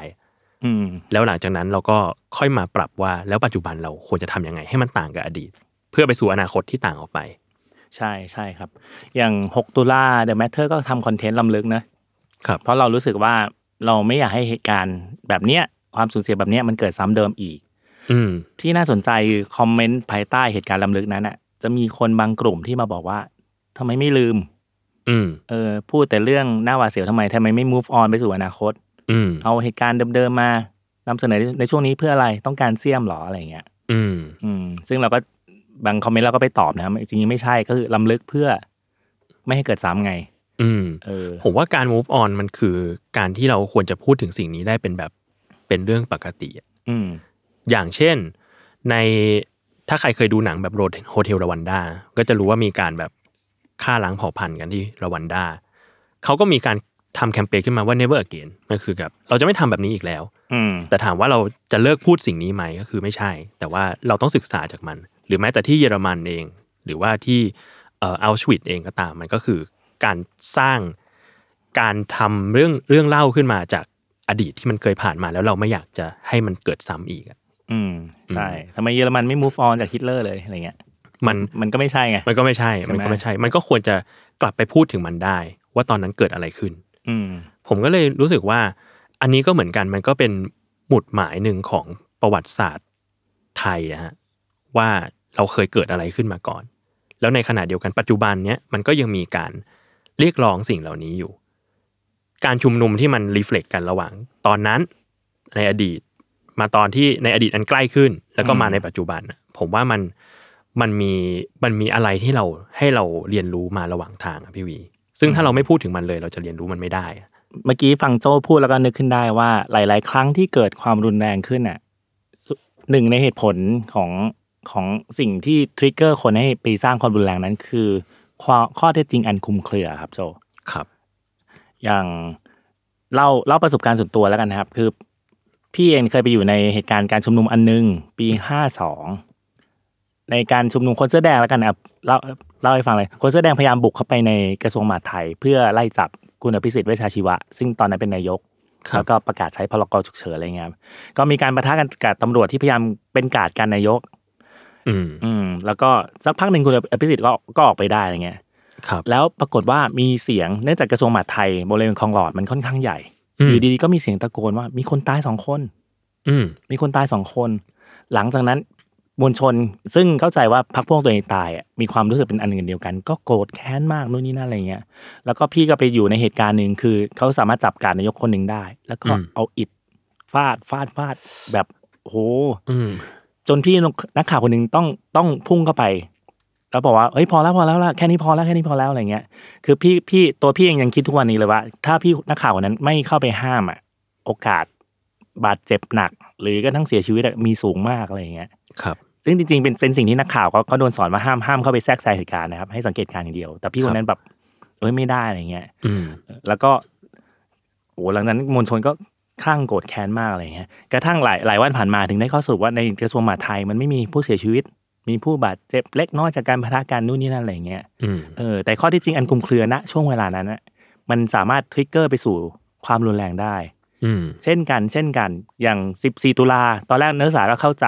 อืม
แล้วหลังจากนั้นเราก็ค่อยมาปรับว่าแล้วปัจจุบันเราควรจะทำยังไงให้มันต่างกับอดีต เพื่อไปสู่อนาคตที่ต่างออกไป
ใช่ใช่ครับ อย่าง 6 ตุลา The Matter ก็ทำคอนเทนต์ลำลึกนะครับ เพราะเรารู้สึกว่าเราไม่อยากให้เหตุการณ์แบบเนี้ยความสูญเสียแบบเนี้ยมันเกิดซ้ำเดิมอีก
อืม
ที่น่าสนใจคือคอมเมนต์ภายใต้เหตุการณ์ลำลึกนั้นอ่ะ จะมีคนบางกลุ่มที่มาบอกว่าทำไมไม่ลืม
อืม
เออพูดแต่เรื่องหน้าหวาดเสียวทำไมทำไมไม่ move on ไปสู่อนาคต
อืม
เอาเหตุการณ์เดิมๆมานำเสนอในช่วงนี้เพื่ออะไรต้องการเสี่ยมเหรออะไรอย่างเงี้ย
อืม
อืมซึ่งเราก็บางคอมเมนต์เราก็ไปตอบนะครับจริงๆไม่ใช่ก็คือลำลึกเพื่อ ไม่ให้เกิดซ้ำไง
อืม
เออ
ผมว่าการ move on มันคือการที่เราควรจะพูดถึงสิ่งนี้ได้เป็นแบบเป็นเรื่องปกติอะ
อืม
อย่างเช่น ในถ้าใครเคยดูหนังแบบโรดโฮเทลรวันดา ก็จะรู้ว่ามีการแบบฆ่าล้างเผ่าพันธุ์กันที่รวันดา เขาก็มีการทำแคมเปญขึ้นมาว่า never again ก็คือแบบเราจะไม่ทำแบบนี้อีกแล้ว
อืม
แต่ถามว่าเราจะเลิกพูดสิ่งนี้ไหมก็คือไม่ใช่ แต่ว่าเราต้องศึกษาจากมัน หรือแม้แต่ที่เยอรมันเอง หรือว่าที่เอ่ออัลชวิตเองก็ตามมันก็คือการสร้างการทำเรื่องเรื่องเล่าขึ้นมาจากอดีตที่มันเคยผ่านมาแล้วเราไม่อยากจะให้มันเกิดซ้ำอีกอะ
อืม ใช่ทำไมเยอรมันไม่ move on จากฮิตเลอร์เลยอะไรเงี้ย
มัน
มันก็ไม่ใช่ไง
มันก็ไม่ใช่
ใช่ไหม
มันก็ไม่ใช่ มันก็ควรจะกลับไปพูดถึงมันได้ ว่าตอนนั้นเกิดอะไรขึ้น
อืม
ผมก็เลยรู้สึกว่า อันนี้ก็เหมือนกันมันก็เป็นหมุดหมายหนึ่งของประวัติศาสตร์ไทยอะฮะว่าเราเคยเกิดอะไรขึ้นมาก่อน แล้วในขณะเดียวกันปัจจุบันเนี้ยมันก็ยังมีการเรียกร้องสิ่งเหล่านี้อยู่ การชุมนุมที่มันรีเฟล็กกันระหว่าง ตอนนั้นในอดีต มาตอนที่ในอดีตอันใกล้ขึ้น แล้วก็มา
อืม
ในปัจจุบันอะผมว่ามันมันมีมันมีอะไรที่เราให้เราเรียนรู้มาระหว่างทางอะพี่วี ซึ่งถ้าเราไม่พูดถึงมันเลยเราจะเรียนรู้มันไม่ได้อะ
เมื่อกี้ฟังโจ้พูดแล้วก็นึกขึ้นได้ว่า หลาย ๆ ครั้งที่เกิดความรุนแรงขึ้นอ่ะสุหนึ่งในเหตุผลของของสิ่งที่ทริกเกอร์คนให้ไปสร้างความรุนแรงนั้นคือข้อข้อเท็จจริงอันคลุมเครือครับโจ
ครับ
อย่างเล่าเล่าประสบการณ์ส่วนตัวแล้วกันนะครับ คือพี่เองเคยไปอยู่ในเหตุการณ์การชุมนุมอันหนึง ปีห้าสองในการชุมนุมคนเสื้อแดงแล้วกันนะครับเล่าเล่าให้ฟังเลย คนเสื้อแดงพยายามบุกเข้าไปในกระทรวงมหาดไทย เพื่อไล่จับคุณอภิสิทธิ์เวชชาชีวะ ซึ่งตอนนั้นเป็นนายก
ครับ
แล้วก็ประกาศใช้พรกฉุกเฉินอะไรเงี้ยครับก็มีการประทะกันกับตำรวจที่พยายามเป็นการ์ดการนายก
อืม
อืม แล้วก็สักพักหนึ่งคุณอภิสิทธิ์ก็ก็ออกไปได้อะไรเงี้ย
ครับ
แล้วปรากฏว่ามีเสียงเนื่องจากกระทรวงมหาดไทยบริเวณคลองหลอดมันค่อนข้างใหญ่
อืม
อยู่ดีๆก็มีเสียงตะโกนว่ามีคนตายสองคน
อืม
มีคนตายสองคน หลังจากนั้นมวลชนซึ่งเข้าใจว่าพักพวกตัวเองตายอะมีความรู้สึกเป็นอันหนึ่งเดียวกัน ก็โกรธแค้นมากนู่นนี่นั่นอะไรเงี้ยแล้วก็พี่ก็ไปอยู่ในเหตุการณ์หนึ่งคือเขาสามารถจับการนายกคนหนึ่งได้ แล้วก็
อืม
เอาอิฐฟาดฟาดฟาดแบบโห
อืม
จนพี่นักข่าวคนหนึ่งต้องต้องพุ่งเข้าไป แล้วบอกว่าเอ้ยพอแล้วพอแล้วละแค่นี้พอแล้วแค่นี้พอแล้วอะไรเงี้ยคือพี่พี่ตัวพี่เองยังคิดทุกวันนี้เลยว่า ถ้าพี่นักข่าวคนนั้นไม่เข้าไปห้ามอ่ะโอกาสบาดเจ็บหนัก หรือก็ทั้งเสียชีวิตอะมีสูงมากอะไรเงี้ย
ครับ
ซึ่งจริงๆเป็นเป็นสิ่งที่นักข่าวก็ก็โดนสอนมาห้ามห้ามเข้าไปแทรกแซงเหตุการณ์นะครับให้สังเกตการณ์อย่างเดียว แต่พี่คนนั้นแบบเอ้ยไม่ได้อะไรเงี้ย
อืม
แล้วก็โอ้หลังจากนั้นมวลชนก็คลั่งโกรธแค้นมากอะไรอย่างเงี้ยกระทั่งหลายหลายวันผ่านมาถึงได้ข้อสรุปว่าในกระทรวงมหาดไทยมันไม่มีผู้เสียชีวิต มีผู้บาดเจ็บเล็กน้อยจากการพะทะกันนู่นนี่นั่นอะไรอย่างเงี้ย
อืม
เออแต่ข้อที่จริงอันคลุมเครือณช่วงเวลานั้นน่ะมันสามารถทริกเกอร์ไปสู่ความรุนแรงได้
อืม
เช่นกัน เช่นกัน อย่าง 14 ตุลา ตอนแรกนักศึกษาก็เข้าใจ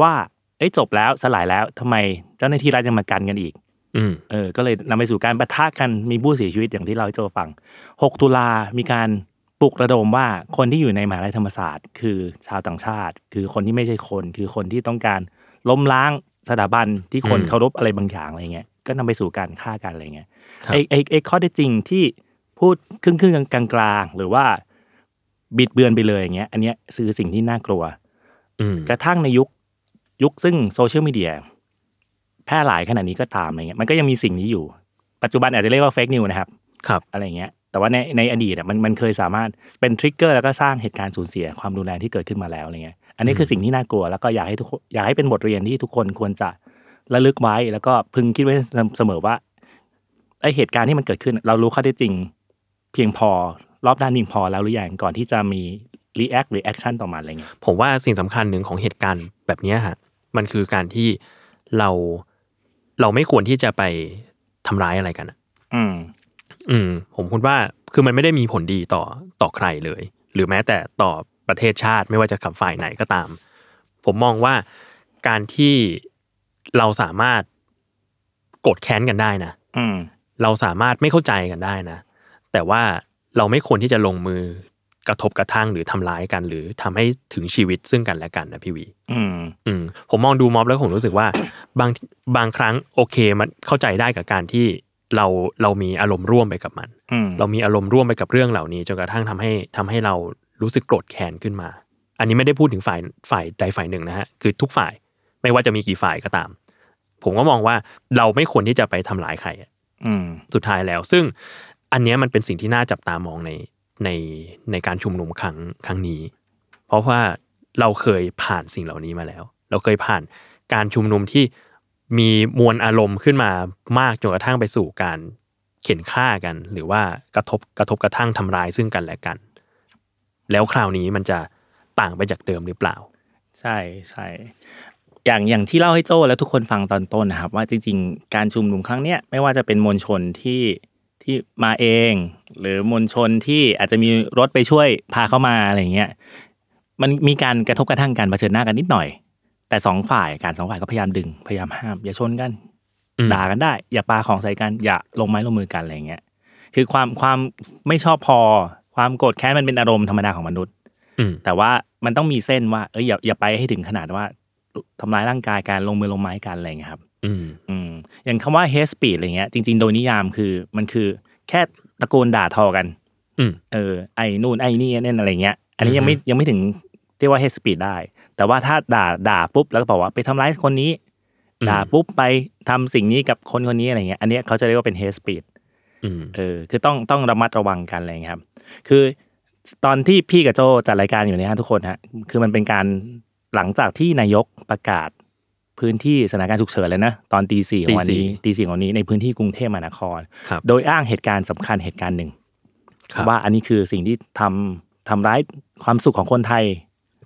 ว่าเอ้ยจบแล้วสลายแล้วทำไมเจ้าหน้าที่รัฐยังมากันกันอีก
อืม
เออ ก็เลยนำไปสู่การปะทะกัน มีผู้เสียชีวิตอย่างที่เราให้โจฟัง 6 ตุลา มีการปลุกระดมว่าคนที่อยู่ในมหาลัยธรรมศาสตร์ คือชาวต่างชาติ คือคนที่ไม่ใช่คน คือคนที่ต้องการล้มล้างสถาบันที่คน
อืม
เคารพอะไรบางอย่างอะไรเงี้ย ก็นำไปสู่การฆ่ากันอะไรเงี้ย
ครับ
ไอ้ไอ้ไอ้ข้อเท็จจริงที่พูดครึ่งครึ่งๆกลางกลางๆหรือว่าบิดเบือนไปเลยอย่างเงี้ย อันเนี้ยคือสิ่งที่น่ากลัว
อืม
กระทั่งในยุคยุคซึ่งโซเชียลมีเดียแพร่หลายขนาดนี้ก็ตามอะไรเงี้ยมันก็ยังมีสิ่งนี้อยู่ ปัจจุบันอาจจะเรียกว่าเฟกนิวนะครับ
ครับ
อะไรเงี้ยแต่ว่าในในอดีตอะมันมันเคยสามารถเป็นทริกเกอร์แล้วก็สร้างเหตุการณ์สูญเสียความรุนแรงที่เกิดขึ้นมาแล้วอะไรเงี้ยอันนี้คือสิ่งที่น่ากลัวแล้วก็อยากให้ทุกคนอยากให้เป็นบทเรียนที่ทุกคนควรจะระลึกไว้ แล้วก็พึงคิดไว้เสมอว่าไอเหตุการณ์ที่มันเกิดขึ้น เรารู้ข้อเท็จจริง เพียงพอรอบด้านเพียงพอแล้วหรือยังก่อนที่จะมีรีแอคหรือแอคชั่นต่อมันอะไรเงี้ย
ผมว่าสิ่งสำคัญหนึ่งของเหตุการณ์แบบเนี้ยฮะ มันคือการที่เราเราไม่ควรที่จะไปทำร้ายอะไรกันอะ
อืม
อืม ผมคิดว่าคือมันไม่ได้มีผลดีต่อต่อใครเลย หรือแม้แต่ต่อประเทศชาติไม่ว่าจะขับฝ่ายไหนก็ตาม ผมมองว่าการที่เราสามารถโกรธแค้นกันได้นะ
อืม
เราสามารถไม่เข้าใจกันได้นะ แต่ว่าเราไม่ควรที่จะลงมือ กระทบกระทั่งหรือทำร้ายกันหรือทำให้ถึงชีวิตซึ่งกันและกันนะพี่หวี
อืม
อืมผมมองดูม็อบแล้วผมรู้สึกว่า บางบางครั้งโอเคมันเข้าใจได้กับการที่เราเรามีอารมณ์ร่วมไปกับมัน
อืม
เรามีอารมณ์ร่วมไปกับเรื่องเหล่านี้จนกระทั่งทำให้ทำให้เรารู้สึกโกรธแค้นขึ้นมา อันนี้ไม่ได้พูดถึงฝ่ายฝ่ายใดฝ่ายหนึ่งนะฮะคือทุกฝ่ายไม่ว่าจะมีกี่ฝ่ายก็ตาม ผมก็มองว่าเราไม่ควรที่จะไปทำร้ายใครอะ
อืม
สุดท้ายแล้ว ซึ่งอันเนี้ยมันเป็นสิ่งที่น่าจับตามองในในในการชุมนุมครั้งครั้งนี้ เพราะว่าเราเคยผ่านสิ่งเหล่านี้มาแล้ว เราเคยผ่านการชุมนุมที่มีมวลอารมณ์ขึ้นมามากจนกระทั่งไปสู่การเข็นฆ่ากัน หรือว่ากระทบกระทบกระทั่งทำร้ายซึ่งกันและกัน แล้วคราวนี้มันจะต่างไปจากเดิมหรือเปล่า
ใช่ใช่อย่างอย่างที่เล่าให้โจ้และทุกคนฟังตอนต้นนะครับ ว่าจริงๆ การชุมนุมครั้งเนี้ยไม่ว่าจะเป็นมวลชนที่ที่มาเอง หรือมวลชนที่อาจจะมีรถไปช่วยพาเข้ามาอะไรอย่างเงี้ยมันมีการกระทบกระทั่งการเผชิญหน้ากันนิดหน่อย แต่สองฝ่ายการสองฝ่ายก็พยายามดึงพยายามห้าม อย่าชนกัน
อืม
ด่ากันได้ อย่าปาของใส่กันอย่าลงไม้ลงมือกันอะไรอย่างเงี้ยคือความความไม่ชอบพอ ความโกรธแค้นมันเป็นอารมณ์ธรรมดาของมนุษย์
อืม
แต่ว่ามันต้องมีเส้นว่าเอ้ยอย่าอย่าไปให้ถึงขนาดว่าทำร้ายร่างกายการลงมือลงไม้กันอะไรอย่างเงี้ยครับ
อืม
อืมอย่างคำว่า hate speech อะไรเงี้ยจริง ๆ โดยนิยามคือมันคือแค่ตะโกนด่าทอกัน
อืม
เออไอ้นู่นไอ้นี่เนี่ยอะไรเงี้ย อันนี้
อือฮึ
ยังไม่ยังไม่ถึงเรียกว่า hate speech ได้ แต่ว่าถ้าด่าด่าปุ๊บแล้วก็บอกว่าไปทำร้ายคนนี้ ด่าปุ๊บไปทำสิ่งนี้กับคนคนนี้อะไรเงี้ยอันเนี้ยเขาจะเรียกว่าเป็น hate speech
อืม
เออคือต้องต้องระมัดระวังกันอะไรอย่างเงี้ยครับ คือตอนที่พี่กับโจจัดรายการอยู่เนี่ยฮะทุกคนฮะคือมันเป็นการหลังจากที่นายกประกาศพื้นที่สถานการณ์ฉุกเฉินแล้วนะตอนตีสี่ของวันนี้ตีสี่ของวันนี้ในพื้นที่กรุงเทพมหานคร
ครับ
โดยอ้างเหตุการณ์สำคัญเหตุการณ์หนึ่ง
ครับ
ว่าอันนี้คือสิ่งที่ทำทำร้ายความสุขของคนไทย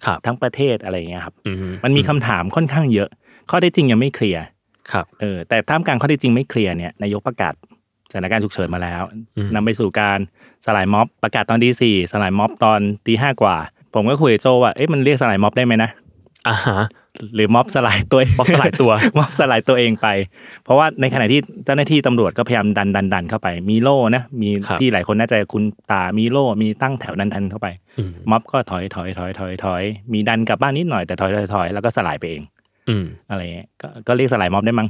ครับ
ทั้งประเทศอะไรอย่างเงี้ยครับ
อื
มันมีคำถามค่อนข้างเยอะ ข้อเท็จจริงยังไม่เคลียร์
ครับ
เออแต่ท่ามกลางข้อเที่จริงไม่เคลียร์เนี่ยนายกประกาศสถานการณ์ฉุกเฉินมาแล้ว
อืม
นำไปสู่การสลายม็อบประกาศตอนตีสี่สลายม็อบตอนตีห้ากว่า ผมก็คุยกับโจว่าเอ๊ะมันเรียกสลายม็อบได้ไหมนะ
อ่าฮะ
หรือม็อบสลายตัว
ม็อบสลายตัว
ม็อบสลายตัวเองไป เพราะว่าในขณะที่เจ้าหน้าที่ตำรวจก็พยายามดันดันดันเข้าไปมีโล่นะมี
ครับ
ที่หลายคนน่าจะคุณตามีโล่มีตั้งแถวดันดันเข้าไป
อืม
ม็อบก็ถอยถอยถอยถอยถอยมีดันกลับบ้านนิดหน่อยแต่ถอยถอยถอยแล้วก็สลายไปเอง
อืม
อะไรเงี้ยก็ก็เรียกสลายม็อบได้มั้ง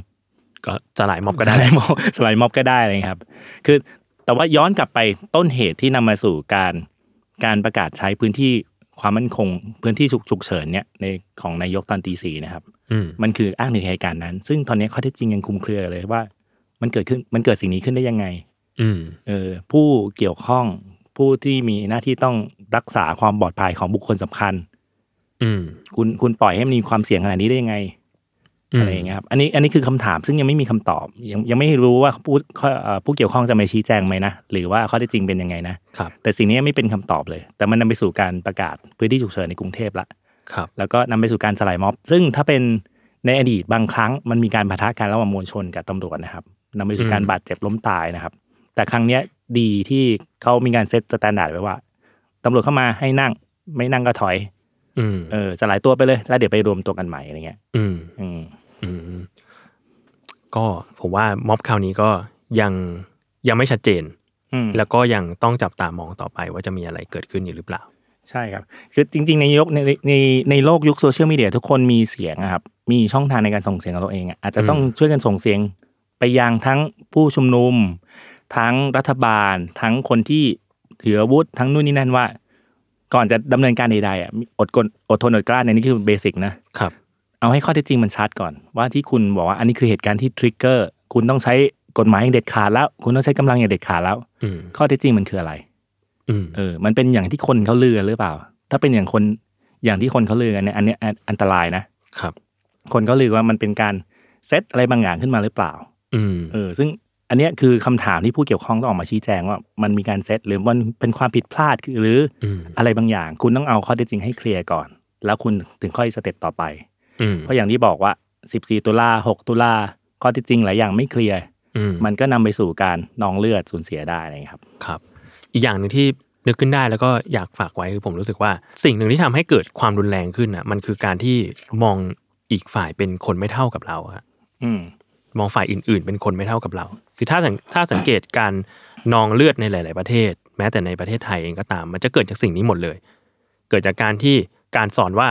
ก็จะหลายม็อบ
ก็
ก็
ได้
ได้
สไลด์ม็อบ สไลด์ม็อบก็ได้อะไรเลยครับ คือแต่ว่าย้อนกลับไปต้นเหตุที่นำมาสู่การการประกาศใช้พื้นที่ความมั่นคง พื้นที่ฉุกฉุกเฉินเนี่ยในของนายกตอนตีสี่นะครับ
อืม
มันคืออ้างถึงเหตุการณ์นั้น ซึ่งตอนนี้ข้อเท็จจริงยังคลุมเครือเลยว่า มันเกิดขึ้นมันเกิดสิ่งนี้ขึ้นได้ยังไง
อืม
เออผู้เกี่ยวข้องผู้ที่มีหน้าที่ต้องรักษาความปลอดภัยของบุคคลสำคัญ
อืม
คุณคุณปล่อยให้มันมีความเสี่ยงขนาดนี้ได้ยังไง
ม
อะไรอย่างเงี้ยครับอันนี้อันนี้คือคำถามซึ่งยังไม่มีคำตอบ ยังยังไม่รู้ว่าผู้ข้อเอ่อผู้เกี่ยวข้องจะมาชี้แจงไหมนะ หรือว่าข้อเท็จจริงเป็นยังไงนะ
ครับ
แต่สิ่งนี้ไม่เป็นคำตอบเลย แต่มันนำไปสู่การประกาศพื้นที่ฉุกเฉินในกรุงเทพละ
ครับ
แล้วก็นำไปสู่การสลายม็อบ ซึ่งถ้าเป็นในอดีตบางครั้งมันมีการปะทะกันระหว่างมวลชนกับตำรวจนะครับนำไปสู่การ
อืม
บาดเจ็บล้มตายนะครับ แต่ครั้งเนี้ยดีที่เขามีการเซตสแตนดาร์ดไว้ว่าตำรวจเข้ามาให้นั่งไม่นั่งก็ถอย
อืม
เออสลายตัวไปเลยแล้วเดี๋ยวไปรวมตัวกันใหม่อะไรเงี้ย
อืม
อืม
อืมก็ผมว่าม็อบคราวนี้ก็ยังยังไม่ชัดเจน
อืม
แล้วก็ยังต้องจับตามองต่อไปว่าจะมีอะไรเกิดขึ้นอยู่หรือเปล่า
ใช่ครับ คือจริงๆ ในยกในในในโลกยุคโซเชียลมีเดียทุกคนมีเสียงอะครับ มีช่องทางในการส่งเสียงของตัวเองอะอาจจะต้องช่วยกันส่งเสียงไปยังทั้งผู้ชุมนุม ทั้งรัฐบาล ทั้งคนที่ถืออาวุธทั้งนู่นนี่นั่นว่า ก่อนจะดำเนินการใดๆอะอดกลอดทนอดกลั้นในนี้คือเบสิกนะ
ครับ
เอาให้ข้อเท็จจริงมันชัดก่อน ว่าที่คุณบอกว่าอันนี้คือเหตุการณ์ที่ทริกเกอร์คุณต้องใช้กฎหมายอย่างเด็ดขาดแล้ว คุณต้องใช้กำลังอย่างเด็ดขาดแล้ว
อืม
ข้อเท็จจริงมันคืออะไร
อืม
เออ มันเป็นอย่างที่คนเขาลือกันหรือเปล่า ถ้าเป็นอย่างคน อย่างที่คนเขาลือกันเนี่ย อันเนี้ยอันอันตรายนะ
ครับ
คนเขาลือว่ามันเป็นการเซตอะไรบางอย่างขึ้นมาหรือเปล่า
อืม
เออ ซึ่งอันเนี้ยคือคำถามที่ผู้เกี่ยวข้องต้องออกมาชี้แจงว่ามันมีการเซตหรือมันเป็นความผิดพลาดหรือ
อืม
อะไรบางอย่าง คุณต้องเอาข้อเท็จจริงให้เคลียร์ก่อน แล้วคุณถึงค่อยสเต็ปต่อไป
อืม
เพราะอย่างที่บอกว่า 14 ตุลา6ตุลาข้อเท็จจริงหลายอย่างไม่เคลียร์
อืม
มันก็นำไปสู่การนองเลือดสูญเสียได้อะไรอย่างเงี้ยครับ
ครับอีกอย่างหนึ่งที่นึกขึ้นได้แล้วก็อยากฝากไว้คือผมรู้สึกว่า สิ่งหนึ่งที่ทำให้เกิดความรุนแรงขึ้นอ่ะมันคือการที่มองอีกฝ่ายเป็นคนไม่เท่ากับเราอะ
อืม
มองฝ่ายอื่น ๆ เป็นคนไม่เท่ากับเรา คือถ้าสังถ้าสังเกตการนองเลือดในหลาย ๆ ประเทศ แม้แต่ในประเทศไทยเองก็ตาม มันจะเกิดจากสิ่งนี้หมดเลย เกิดจากการที่การสอนว่า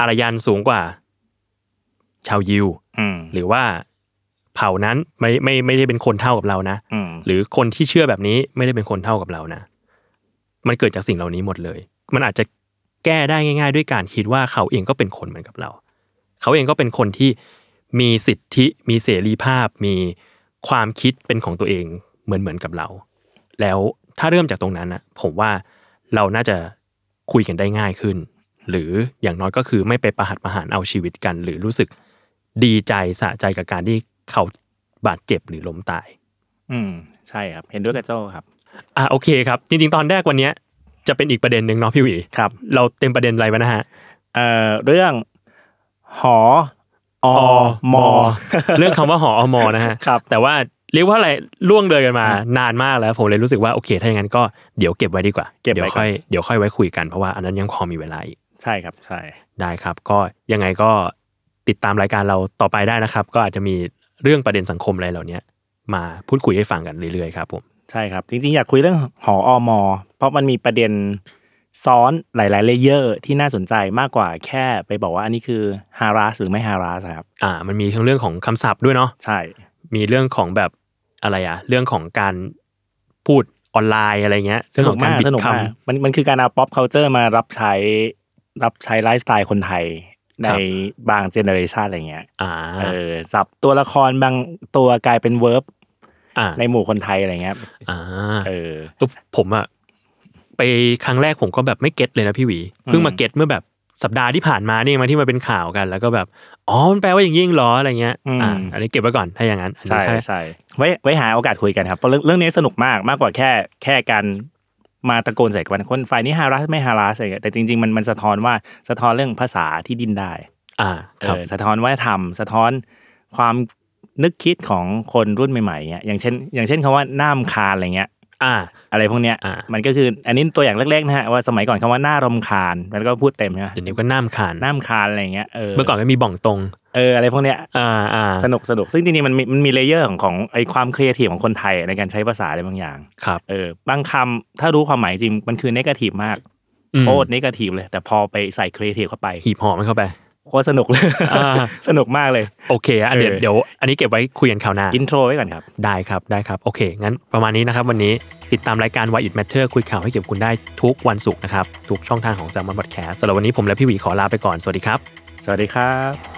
อารยันสูงกว่า ชาวยิว
อืม
หรือว่าเผ่านั้นไม่ไม่ไม่ได้เป็นคนเท่ากับเรานะ
อืม
หรือคนที่เชื่อแบบนี้ไม่ได้เป็นคนเท่ากับเรานะ มันเกิดจากสิ่งเหล่านี้หมดเลย มันอาจจะแก้ได้ง่าย ๆ ด้วยการคิดว่าเขาเองก็เป็นคนเหมือนกับเรา เขาเองก็เป็นคนที่มีสิทธิ มีเสรีภาพ มีความคิดเป็นของตัวเองเหมือนเหมือนๆกับเรา แล้วถ้าเริ่มจากตรงนั้นนะผมว่าเราน่าจะคุยกันได้ง่ายขึ้น หรืออย่างน้อยก็คือไม่ไปประหัตประหารเอาชีวิตกัน หรือรู้สึกดีใจสะใจกับการที่เขาบาดเจ็บหรือล้มตาย
อืมใช่ครับ เห็นด้วยกับโจครับ
อ่ะโอเคครับ จริงๆ ตอนแรกวันเนี้ยจะเป็นอีกประเด็นหนึ่งเนาะพี่หวี
ครับ
เราเต็มประเด็นอะไรไปนะฮะ
เอ่อเรื่องหอออมอ
เรื่องคำว่าหออมอนะฮะ
ครับ
แต่ว่าเรียกว่าอะไรล่วงเลยกันมานานมากแล้ว ผมเลยรู้สึกว่าโอเคถ้าอย่างนั้นก็เดี๋ยวเก็บไว้ดีกว่า
เก็บไว้
เดี๋ยวค่อยเดี๋ยวค่อยไว้คุยกันเพราะว่าอันนั้นยังพอมีเวลาอีก
ใช่ครับใช่
ได้ครับ ก็ยังไงก็ติดตามรายการเราต่อไปได้นะครับ ก็อาจจะมีเรื่องประเด็นสังคมอะไรเหล่าเนี้ยมาพูดคุยให้ฟังกันเรื่อยๆครับผม
ใช่ครับ จริงๆ อยากคุยเรื่องหออมอ เพราะมันมีประเด็นซ้อนหลายๆเลเยอร์ที่น่าสนใจมากกว่าแค่ไปบอกว่าอันนี้คือฮารัสหรือไม่ฮารัสครับ
อ่ามันมีทั้งเรื่องของคำศัพท์ด้วยเนาะ
ใช่
มีเรื่องของแบบอะไรอะเรื่องของการพูดออนไลน์อะไรเงี้ย
สนุกมาก
เรื่
ส
อง
นุ
ข
ก
องาร
มา
บิ
ก
ดค
มันมันคือการเอา pop culture มารับใช้รับใช้ไลฟ์สไตล์คนไทย ใน
ครับ
บางเจเนอเรชันอะไรเงี้ย
ำอ่า
เออสับตัวละครบางตัวกลายเป็นเวิร์บ
อ่า
ในหมู่คนไทยอะไรเงี้ย
อ่า
เออ
เออผมอะไปครั้งแรกผมก็แบบไม่เก็ตเลยนะพี่หวี เพิ่งมาเก็ตเมื่อแบบสัปดาห์ที่ผ่านมานี่เองมาที่มาเป็นข่าวกัน แล้วก็แบบอ๋อมันแปลว่าอย่างยิ่งเหรออะไรเงี้ย
อืม
อ่าอันนี้เก็บไว้ก่อนถ้าอย่างนั้นอันนี้
ใช่
ถ้า
ใช่ไว้ไว้หาโอกาสคุยกันครับเพราะเรื่องเรื่องนี้สนุกมากมากกว่าแค่แค่การมาตะโกนใส่กันคนฝ่ายนี้ฮารัสไม่ฮารัสอะไรเงี้ยแต่จริงๆมันมันสะท้อนว่าสะท้อนเรื่องภาษาที่ดิ้นได้
อ่าครับ
เออสะท้อนวัฒนธรรม สะท้อนความนึกคิดของคนรุ่นใหม่ๆเงี้ยอย่างเช่น อย่างเช่นคำว่าหน้ามคาญอะไรเงี้ย
อ่า
อะไรพวกเนี้ย
อ่ามั
มันก็คืออันนี้ตัวอย่างเล็กๆนะฮะว่าสมัยก่อนคำว่าหน้ารำคาญมันก็พูดเต็มใช่ไหม
เดี๋ยวนี้ก็น้ำคาน
หน้ามคาญอะไรเงี้ยเออ
เมื่อก่อนก็มีบ่องตรง
เอออะไรพวกเนี้ย
อ่าอ่า
สนุกสนุกซึ่งจริงๆมันมีมันมีเลเยอร์ของของไอความครีเอทีฟของคนไทยในการใช้ภาษาอะไรบางอย่าง
ครับ
เออบางคำถ้ารู้ความหมายจริง มันคือเนกาทีฟมาก
อืม
โคตรเนกาทีฟเลย แต่พอไปใส่ครีเอทีฟเข้าไป
หีบหอมันเข้าไป
โคตรสนุกเลย
อ่า
สนุกมากเลย
โอเคอันเดี๋ยว
เออ
เดี๋ยวอันนี้เก็บไว้คุยกันคราวหน้า
อินโทรไว้ก่อนครับ
ได้ครับ ได้ครับ โอเค งั้นประมาณนี้นะครับ วันนี้ติดตามรายการ Why It Matter คุยข่าวให้เก็บคุณได้ทุกวันศุกร์นะครับ ทุกช่องทางของ s ซ l m o n Podcast สำหรับวันนี้ผมและพี่หวีขอลาไปก่อน สวัสดีครับ
สวัสดีครับ